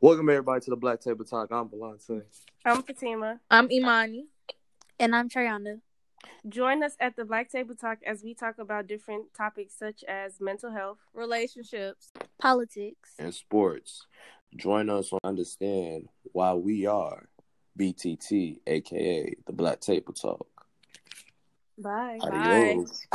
Welcome everybody to the Black Table Talk. I'm Valente. I'm Fatima. I'm Imani. And I'm Triana. Join us at the Black Table Talk as we talk about different topics such as mental health. Relationships. Politics. and sports. Join us on Understand Why We Are BTT, aka the Black Table Talk. Bye. Bye. Adios.